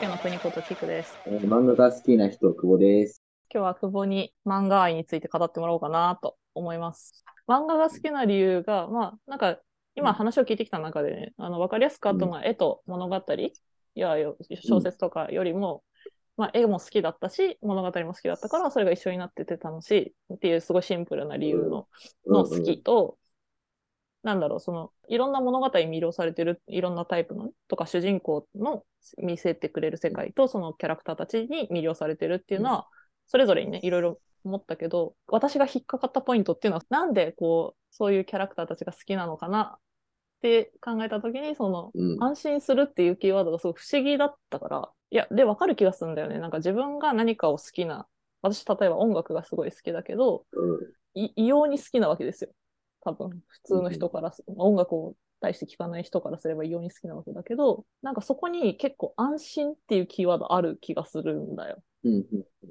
ケの国ことキクです。えー漫画が好きな人、久保です。今日は久保に漫画愛について語ってもらおうかなと思います。漫画が好きな理由が、まあ、なんか、今話を聞いてきた中でね、あの、わかりやすくあったのは絵と物語、いや、よ小説とかよりも、まあ、絵も好きだったし、物語も好きだったから、それが一緒になってて楽しいっていう、すごいシンプルな理由のの好きと、なんだろう、その、いろんな物語に魅了されてる、いろんなタイプのね、とか、主人公の見せてくれる世界と、そのキャラクターたちに魅了されてるっていうのは、それぞれにね、いろいろ思ったけど、私が引っかかったポイントっていうのは、なんでこう、そういうキャラクターたちが好きなのかなって考えたときに、その、うん。うん安心するっていうキーワードがすごい不思議だったから、いや、で、わかる気がするんだよね。なんか自分が何かを好きな、私、例えば音楽がすごい好きだけど、うんい異様に好きなわけですよ。多分、普通の人からす、音楽を対して聞かない人からすれば異様に好きなわけだけど、なんかそこに結構安心っていうキーワードある気がするんだよ。うん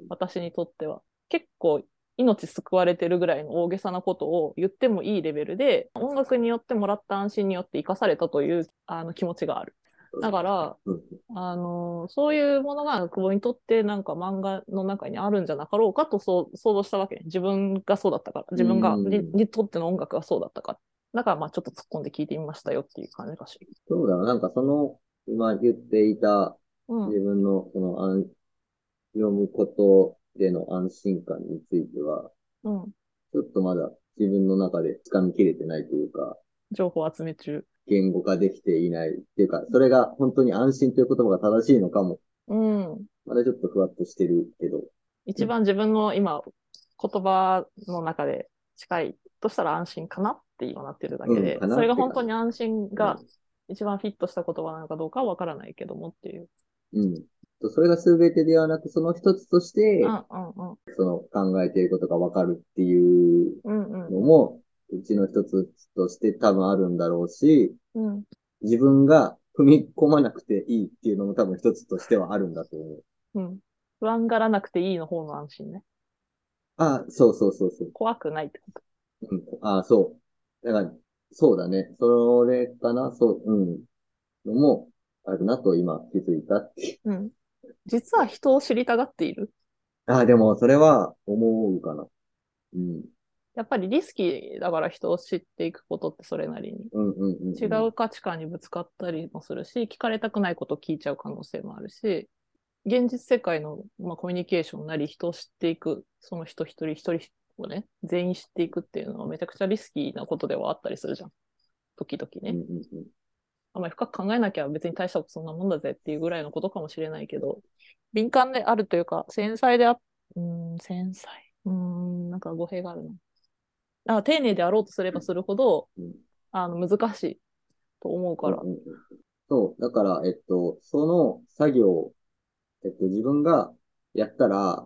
私にとっては。結構命救われてるぐらいの大げさなことを言ってもいいレベルで、音楽によってもらった安心によって生かされたというあの気持ちがある。だから、うんあのそういうものが久保にとってなんか漫画の中にあるんじゃなかろうかとそう想像したわけね。自分がそうだったから、自分がうんににとっての音楽がそうだったから。だからまあちょっと突っ込んで聞いてみましたよっていう感じがします。そうだな、なんかその、今言っていたうん自。分の、その、あん、読むことでの安心感については、うん。ちょっとまだ自分の中で掴みきれてないというか、情報集め中。言語化できていないっていうか、それが本当に安心という言葉が正しいのかも。うん。まだちょっとふわっとしてるけど。一番自分の今、言葉の中で近いとしたら安心かなって今なってるだけで、うんかなそれがって本感じ当に安心うがん一番フィットした言葉なのかどうかはわからないけどもっていう。うん。それが全てではなく、その一つとしてう、んうんその考えていることがわかるっていううん。うんのも、うちの一つとして多分あるんだろうし、うん。うん。自分が踏み込まなくていいっていうのも多分一つとしてはあるんだと思う。うん。不安がらなくていいの方の安心ね。ああ、そうそうそうそう。怖くないってこうん、ああ、そう。だから、そうだね。それかな、そう、うん。のも、あるなと今気づいたっていう。と。うん。実は人を知りたがっている。ああ、でもそれは思うかな。うん、やっぱりリスキーだから人を知っていくことってそれなりに。うん、うん、うん。違う価値観にぶつかったりもするし、聞かれたくないことを聞いちゃう可能性もあるし、現実世界の、まあ、コミュニケーションなり、人を知っていく、その人一人一人をね、全員知っていくっていうのはめちゃくちゃリスキーなことではあったりするじゃん。時々うん。うね。ん、うん、うん。あんまり深く考えなきゃ別に大したことそんなもんだぜっていうぐらいのことかもしれないけど、敏感であるというか、繊細であ、うーん、繊細。うーん、なんか語弊があるな。だから丁寧であろうとすればするほど、うんあの、難しいと思うから。うんうんうんそう。だから、えっと、その作業、えっと、自分がやったら、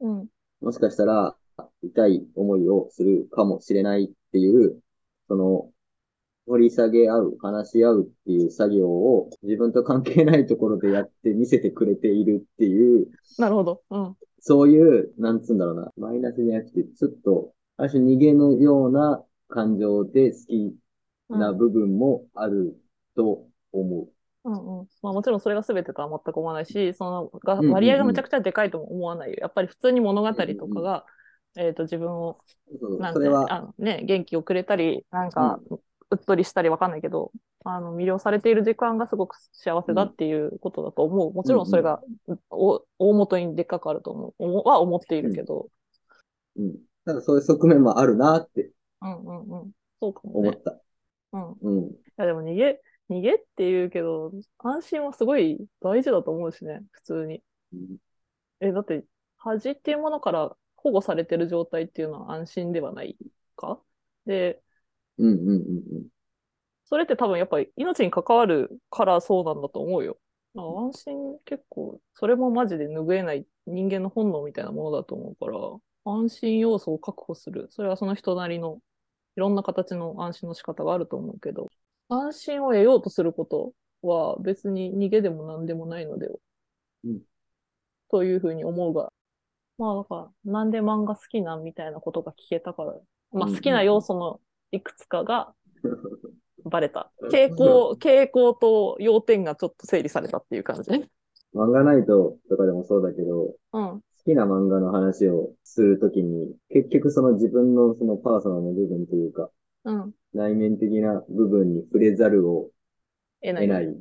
うん。もしかしたら痛い思いをするかもしれないっていう、その、掘り下げ合う、話し合うっていう作業を自分と関係ないところでやって見せてくれているっていう、なるほど。うん。そういう、なんつうんだろうな、マイナスじゃなくて、ちょっと、ある種逃げのような感情で好きうんな部分もあると思う。うんうんまあ、もちろんそれが全てとは全く思わないし、そのがうんうんうん割合がめちゃくちゃでかいとも思わないよ。やっぱり普通に物語とかが、えっと自分をそうなんそてれは、あの、ね、元気をくれたり、なんか、うっとりしたりわかんないけど、あの、魅了されている時間がすごく幸せだっていうことだと思う。もちろんそれが、お大元にでっかくあると思う思う、は思っているけど。うん。なんかそういう側面もあるなってうんうんうん。そうかも思っね。た。うん。うん。いやでも逃げ、逃げって言うけど、安心はすごい大事だと思うしね、普通に。え、だって、恥っていうものから保護されてる状態っていうのは安心ではないかで、うんうんうんそれって多分やっぱり命に関わるからそうなんだと思うよ。なんか安心結構、それもマジで拭えない人間の本能みたいなものだと思うから、安心要素を確保する。それはその人なりのいろんな形の安心の仕方があると思うけど、安心を得ようとすることは別に逃げでも何でもないのでは、うんというふうに思うが、まあだから、なんで漫画好きなんみたいなことが聞けたから、まあうんうん好きな要素のいくつかがバレた。傾向、傾向と要点がちょっと整理されたっていう感じ。漫画ナイトとかでもそうだけど、うん。好きな漫画の話をするときに、結局その自分のそのパーソナルの部分というか、うん。内面的な部分に触れざるをえな得いないか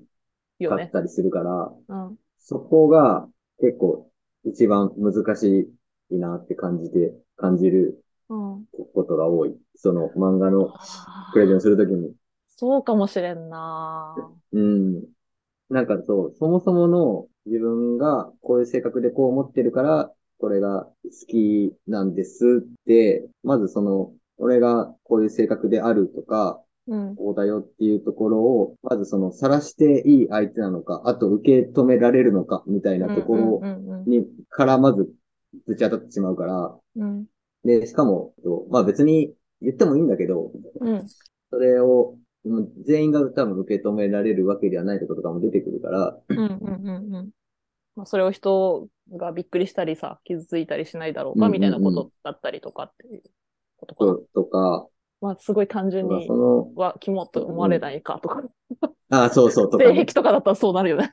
よっね。たりするから、うん。そこが結構一番難しいなって感じて、感じるうん。ことが多い。その漫画のあプレゼンーするときに。そうかもしれんなうん。なんかそう、そもそもの自分がこういう性格でこう思ってるから、これが好きなんですって、まずその、俺がこういう性格であるとか、うん。こうだよっていうところを、まずその、晒していい相手なのか、あと受け止められるのか、みたいなところうんうんうんに、からまず、ぶち当たってしまうから、うん。で、しかも、えっとまあ別に言ってもいいんだけど、うん。それを、うん全員が多分受け止められるわけではないってこととかも出てくるから、うんうんうんうん。まあ、それを人がびっくりしたりさ、傷ついたりしないだろうかうんうんうみんたいなことだったりとかっていうことかな。そうとか、まあ、すごい単純まあにそ、の、は、キモと思われないかとか、あ、そうそう、とか、性ね癖、とかだったらそうなるよね。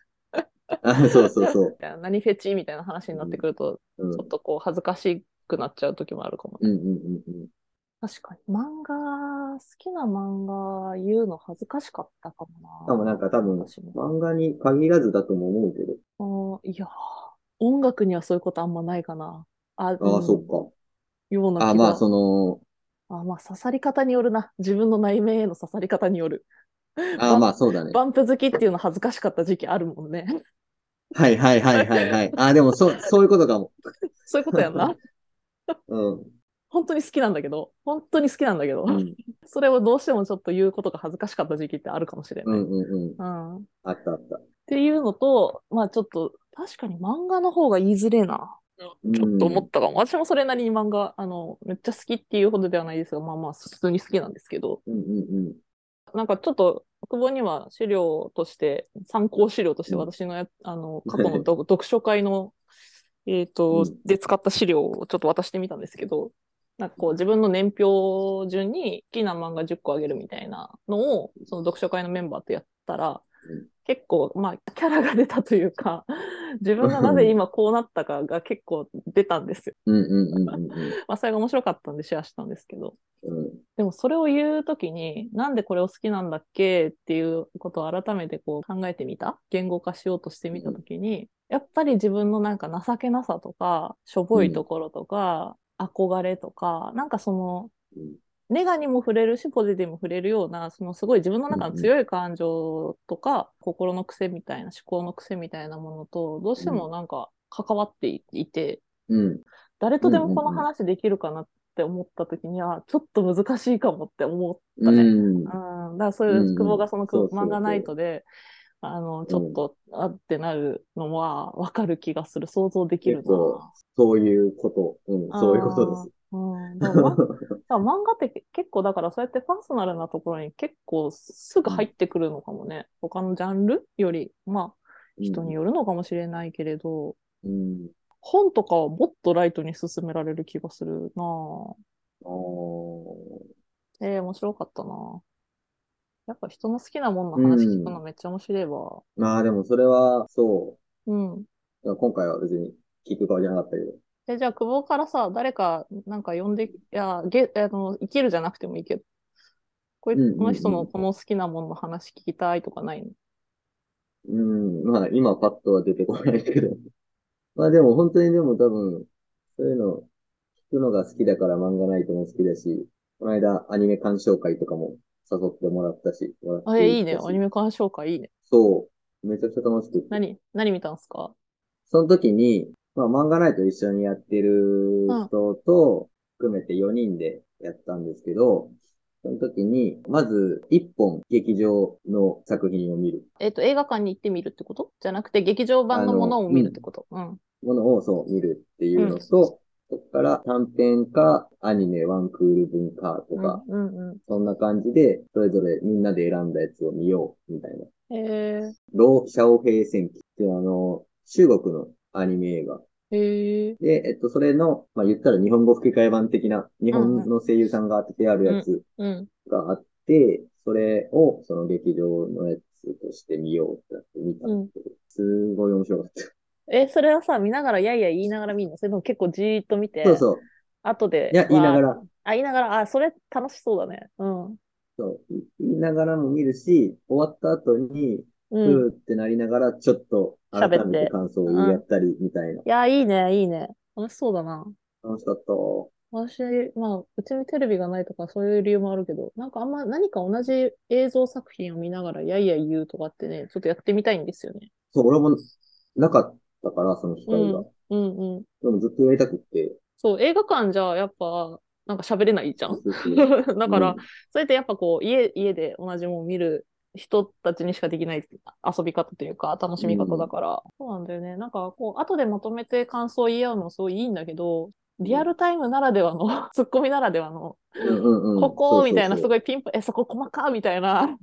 あ、 そうそうそうみ。 たいな何フェチみたいな話になってくると、うん、ちょっとこう、恥ずかしくなっちゃう時もあるかもうん、うね。ん、うんうん。確かに。漫画、好きな漫画言うの恥ずかしかったかもしな。かもなんか多分、私も漫画に限らずだとも思うけど、あーいやー、音楽にはそういうことあんまないかな。あ、ああうあ、ん、そっようなか。あ気まあ、がその、あ、まあ、刺さり方によるな。自分の内面への刺さり方による。ああ、まあ、そうだね。バンプ好きっていうの恥ずかしかった時期あるもん ね。はい、はい、はい、はい、はい。ああ、でも、そう、そういうことかも。そういうことやんな。うん、本当に好きなんだけど、本当に好きなんだけどう、ん、それをどうしてもちょっと言うことが恥ずかしかった時期ってあるかもしれうない。ん、うん、うん。うん。っあった、あった。ていうのと、まあちょっと、確かに漫画の方が言いづれえな。ちょっと思ったかも。私もそれなりに漫画、あの、めっちゃ好きっていうほどではないですが、まあまあ、普通に好きなんですけど、うん、うん、うん。なんかちょっと、久保には資料として、参考資料としてうん私のや、あ の、過去の読読書会の、えっ、うと、んで使った資料をちょっと渡してみたんですけど、なんかこう自分の年表順に好きな漫画10個あげるみたいなのを、その読書会のメンバーとやったらうん、結構、まあ、キャラが出たというか、 自分がなぜ今こうなったかが結構出たんですよ。うん、うん、うん、うん、うん。まあ、それが面白かったんでシェアしたんですけど。うんでもそれを言うときに、なんでこれを好きなんだっけっていうことを改めてこう考えてみた言語化しようとしてみたときに、やっぱり自分のなんか情けなさとか、しょぼいところとか、憧れとか、なんかその、うんネガにも触れるし、ポジティブにも触れるような、そのすごい自分の中の強い感情とか、心の癖みたいな、思考の癖みたいなものと、どうしてもなんか関わっていて、うん。誰とでもこの話できるかなって思った時には、ちょっと難しいかもって思ったね。うん。うん、だからそういうう、ん久保がそのそうそうそう漫画ナイトで、あの、ちょっと、あってなるのはわかる気がする。想像できる結構な。そういうこと。うん、そういうことです。あー。うん、だからまだ から漫画って結構だからそうやってパーソナルなところに結構すぐ入ってくるのかもね。他のジャンルより、まあ人によるのかもしれないけれど、うん。本とかはもっとライトに進められる気がするなぁ。ああ。ええ面白かったな。やっぱ人の好きなもんの話聞くのめっちゃ面白いわ。まあでもそれは、そうん。う。今回は別に聞く顔じゃなかったけど。え、じゃあ、久保からさ、誰か、なんか呼んで、いや、げ、あの、生きるじゃなくてもいいけど、こい、うんうんうんこの人のこの好きなもんの話聞きたいとかないのうん。まあ今パッとは出てこないけど。 まあでも本当にでも多分、そういうの聞くのが好きだから漫画ナイトも好きだし、この間アニメ鑑賞会とかも誘ってもらったし、もらってあ、え、いいね。行ったしアニメ鑑賞会いいね。そう。めちゃくちゃ楽しくて。何、何見たんすかその時に、まあ、漫画ナイト一緒にやってる人と、含めて4人でやったんですけど、その時に、まず1本劇場の作品を見るえっと、映画館に行ってみるってことじゃなくて、劇場版のものを見るってことうん。ものをそう見るっていうのと、そこから短編かアニメワンクール文化とうん、か、うん、うそんな感じで、それぞれみんなで選んだやつを見ようみたいな。ん。へ老小平戦記っていうあの、中国のアニメ映画え、へえ、で、えっと、それの、まあ、言ったら日本語吹き替え版的な、日本の声優さんが当ててあるやつうん。があって、それを、その劇場のやつつとしてみようってなって見たんだけど、すごい面白かった。え、それはさ、見ながら、やいや言いながら見るのそれとも結構じーっと見て、そうそう。後で、いや、言いながわー。ら、あ、言いながら、あ、それ楽しそうだね。うん。そう、い言いながらも見るし、終わった後に、ううん。ーってなりながら、ちょっと改喋ってめて感想を言い合ったりみたいな。いや、いいね、いいね。楽しそうだな。楽しかった。私、まあ、うちにテレビがないとかそういう理由もあるけど、なんかあんま何か同じ映像作品を見ながらやいや言うとかってね、ちょっとやってみたいんですよね。そう、俺もなかったから、その機会が。うんうん。でもずっとやりたくって。そう、映画館じゃやっぱ、なんか喋れないじゃん。 だ だから、、それってやっぱこう、家、家で同じものを見る人たちにしかできない遊び方というか、楽しみ方だから。そうなんだよね。なんかこう、後でまとめて感想を言い合うのもすごいいいんだけど、リアルタイムならではの、 ツッコミならではの、うんうんうん、ここみたいな、すい。ごいピンポ、え、そこ細かみたい な、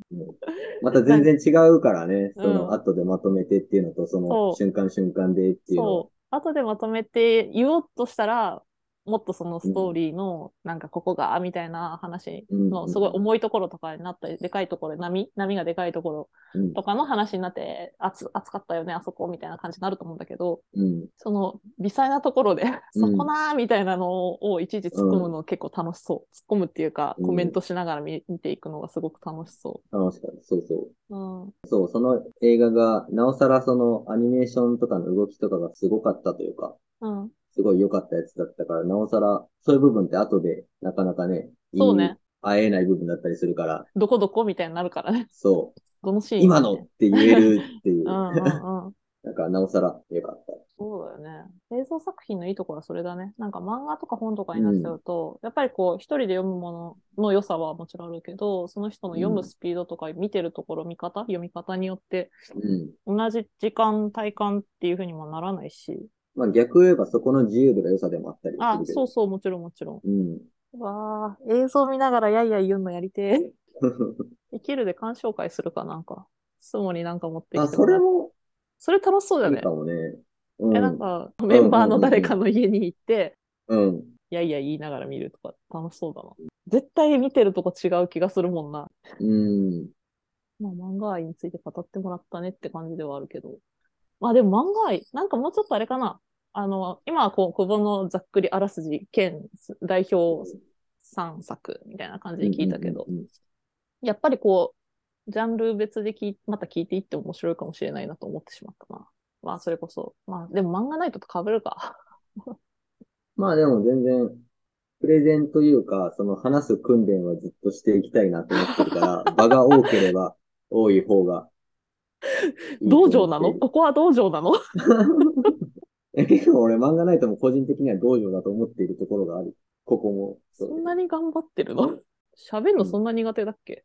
また全然違うからね、うそんの後でまとめてっていうのと、そそうの瞬間瞬間でっていうのそう、後でまとめて言おうとしたら、もっとそのストーリーの、なんかここが、みたいな話うんうんの、すごい重いところとかになったり、でかいところ、波、波がでかいところうんとかの話になって、熱熱かったよね、あそこみたいな感じになると思うんだけど、うん。その微細なところで、そこなーみたいなのをいちいち突っ込むの結構楽しそう。突っ込むっていうか、うんコメントしながら見見ていくのがすごく楽しそ楽しかった。そうそう。う。うん。そう、その映画が、なおさらそのアニメーションとかの動きとかがすごかったというか、うん。すごい良かったやつだったから、なおさら、そういう部分って後でなかなかね、そうね。会えない部分だったりするから、どこどこみたいになるからね。そう、どのシーン、ね、今のって言えるっていうう、んうんうん。なんかなおさら良かった。そうだよね。映像作品のいいところはそれだね。なんか漫画とか本とかになっちゃうと、やっぱりこう、一人で読むものの良さはもちろんあるけど、その人の読むスピードとか見てるところ、見方、読み方によって、うん。同じ時間、体感っていうふうにもならないし。まあ逆を言えばそこの自由度が良さでもあったりあする、けそど。うそう、もちろんもちろうん。ん。うわあ映像見ながらやいやい言うのやりてえ。 生きるで鑑賞会するかなんか。質問になんか持ってきあ、てそもられう。もそれ楽しそうだいいねか。もね。うん。え、なんか、メンバーの誰かの家に行って、うん。いやいや言いながら見るとか楽しそうだな。絶対見てるとこ違う気がするもんな。うん。まあ漫画愛について語ってもらったねって感じではあるけど。まあでも漫画愛、なんかもうちょっとあれかな。あの、今はこう、久保のざっくりあらすじ兼代表3作みたいな感じで聞いたけどう、んうんやっぱりこう、ジャンル別で聞いまた聞いていって面白いかもしれないなと思ってしまったな。まあそれこそ。まあでも漫画ナイトと被るか。まあでも全然、プレゼンというか、その話す訓練はずっとしていきたいなと思って るから、場が多ければ多い方がいいと道思場なの ってここは道場なのいる結構 俺漫画ナイトも個人的には道場だと思っているところがある。ここも。そんなに頑張ってるの 喋るのそんな苦手だっけ、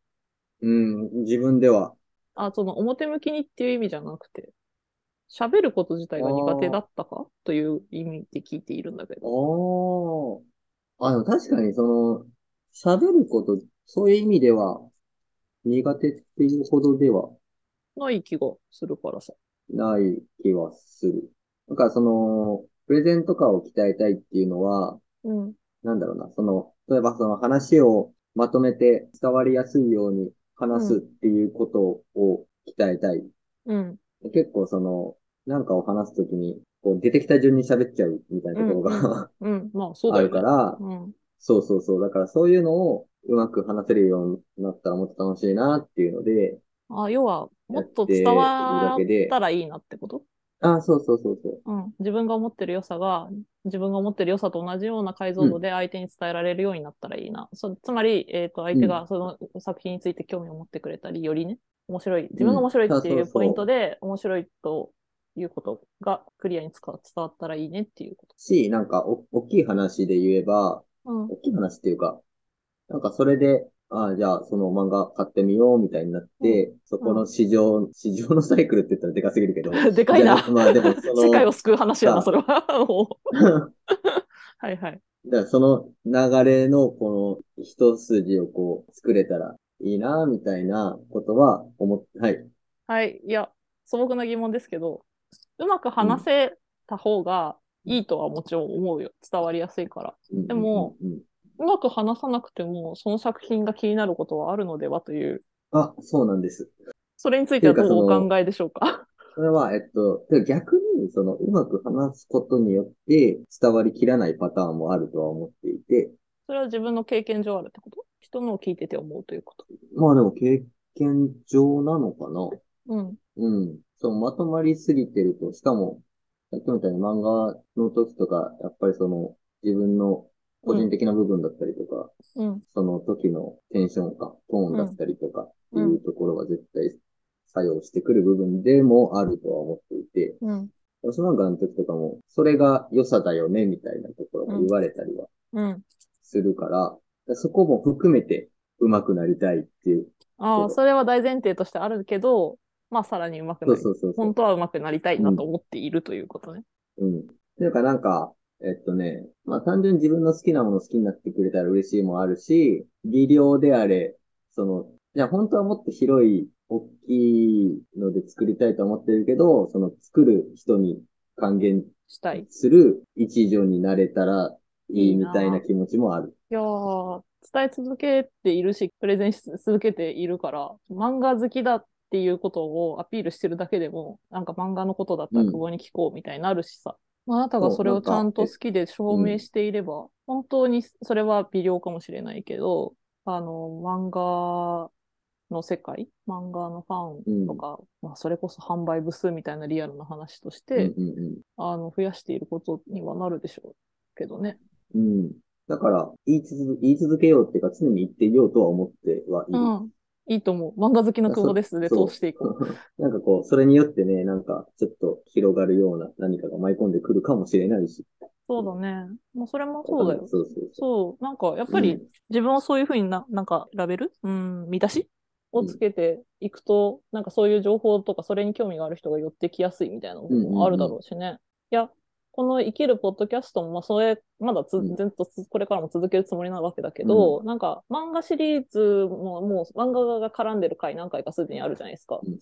うん、自分では。あ、その表向きにっていう意味じゃなくて、喋ること自体が苦手だったかという意味で聞いているんだけど。おー。あ、でも確かにその、喋ること、そういう意味では、苦手っていうほどではない気がするからさ。ない気はする。なんかその、プレゼンとかを鍛えたいっていうのは、うん。なんだろうな、その、例えばその話をまとめて伝わりやすいように話すっていうことを鍛えたい。うん。結構その、なんかを話すときに、こう出てきた順に喋っちゃうみたいなところがうん。まあ、そうだあよ、るね。から、うん。そうそうそう。だからそういうのをうまく話せるようになったらもっと楽しいなっていうので、あ、要は、もっとやってい伝るわだけっでたらいいなってことあ、そうそうそうそう。うん。自分が思ってる良さが、自分が思ってる良さと同じような解像度で相手に伝えられるようになったらいいな。そつまり、えっ、と、相手がその作品について興味を持ってくれたり、よりね、面白い、自分が面白いっていあそううそうポイントで、面白いということがクリアにつか伝わったらいいねっていうこし、なんかお、大きい話で言えば、と。うん。大きい話っていうか、なんかそれで、ああ、じゃあその漫画買ってみようみたいになって、そこの市場、市場のサイクルって言ったらでかすぎるけど。 でかいなじゃあまあでもそ の、世界を救う話やな、さそれは。もう はいはい。だからその流れのこの一筋をこう作れたらいいな、みたいなことは思って、はい。はい。いや、素朴な疑問ですけど、うまく話せた方がいいとはもちろん思うよ。伝わりやすいから。ででも、うんうんうまく話さなくても、その作品が気になることはあるのではという。あ、そうなんです。それについてはどっていううおかその考えでしょうか。 それは、えっと、で逆に、その、うまく話すことによって伝わりきらないパターンもあるとは思っていて、それは自分の経験上あるってこと人のを聞いてて思うということ。まあでも経験上なのかな。うん。うん。そう、まとまりすぎてると、しかも、さっきみたいに漫画の時とか、やっぱりその、自分の個人的な部分だったりとか、うん。その時のテンションか、トーンだったりとかっていうところは絶対作用してくる部分でもあるとは思っていて、うん。私なんかの時とかも、それが良さだよね、みたいなところも言われたりはうん。するから、そこも含めて上手くなりたいっていう。あそあ、うそれは大前提としてあるけど、まあさらに上手くそなうり、そうそうそう本。当は上手くなりたいなと思っているということね。うん。というかなんか、えっとね、まあ単純に自分の好きなもの好きになってくれたら嬉しいもあるし、技量であれ、その、じゃあ本当はもっと広い、大きいので作りたいと思ってるけど、その作る人に還元したい。いする一助になれたらいいいいみなたいな気持ちもある。やー、伝え続けているし、プレゼンし続けているから、漫画好きだっていうことをアピールしてるだけでも、なんか漫画のことだったらうん久保に聞こうみたいになるしさ。まああなたがそうそれをちゃんとなんか好きで証明していれば、本当にそれは微量かもしれないけど、あの、漫画の世界、漫画のファンとか、まあ、それこそ販売部数みたいなリアルな話としうんて、うんうん。あの、増やしていることにはなるでしょうけどね。うん。だから、言い続、言い続けようっていうか、常に言っていようとは思ってはいる。うん。いいと思う。漫画好きの久保ですでそう通していこう。 なんかこう、それによってね、なんか、ちょっと広がるような何かが舞い込んでくるかもしれないし。そうだね。もうそれもそうだよ。そうそうそう。そう。なんか、やっぱりうん自分をそういうふうにな、なんか、ラベルうん、見出しをつけていくと、なんかそういう情報とか、それに興味がある人が寄ってきやすいみたいなのもあるだろうしね。いや、この生きるポッドキャストも、まあ、それ、まだつ、うんずっとつこれからも続けるつもりなわけだけど、なんか、漫画シリーズも、もう、漫画が絡んでる回何回かすでにあるじゃないですか。うん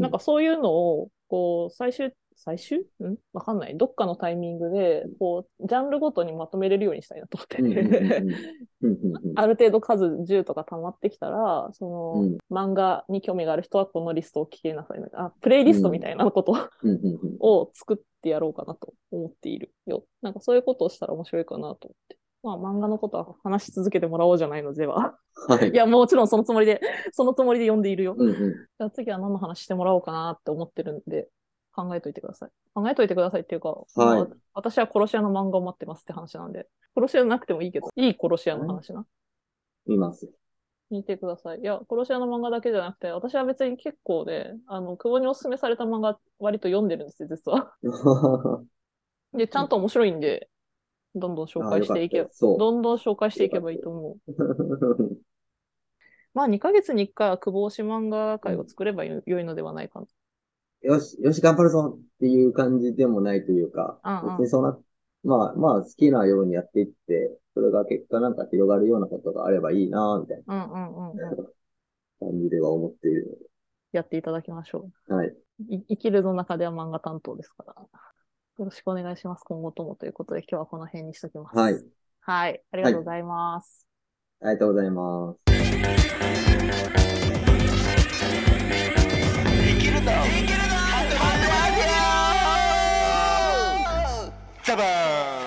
なんかそういうのを、こう、最終、最終んわかんない。どっかのタイミングで、こう、ジャンルごとにまとめれるようにしたいなと思 うんうんうんうって。んうんうんうんある程度数10とか溜まってきたら、その、漫画に興味がある人はこのリストを聞きなさい。あ、プレイリストみたいなことうんうんうんを作ってやろうかなと思っているよ。なんかそういうことをしたら面白いかなと思って。まあ漫画のことは話し続けてもらおうじゃないのでは。はい。いや、もちろんそのつもりで、そのつもりで呼んでいるよ。うんうじゃあ次は何の話してもらおうかなって思ってるんで、考えといてください。考えといてくださいっていうか、はいまあ私は殺し屋の漫画を待ってますって話なんで、殺し屋なくてもいいけど、いい殺し屋の話な。ん。見ます。見てください。いや、殺し屋の漫画だけじゃなくて、私は別に結構で、あの、久保におすすめされた漫画割と読んでるんですよ、実は。 で、ちゃんと面白いんで、どんどん紹介していけあよばかった、そどんどん紹介していけばいいと思う。 う。まあ、2ヶ月に1回は久保推し漫画会を作ればよいのではないかな。よし、よし、頑張るぞっていう感じでもないというかうんうん、別にそんな、まあまあ、好きなようにやっていって、それが結果なんか広がるようなことがあればいいな、みたいうんうんうん、うん。な感じでは思っているやっていただきましょう。ので。はい。い生きるの中では漫画担当ですから。よろしくお願いします。今後ともということで、今日はこの辺にしときます。はい。はい。ありがとうございます。ありがとうございます。 Come on.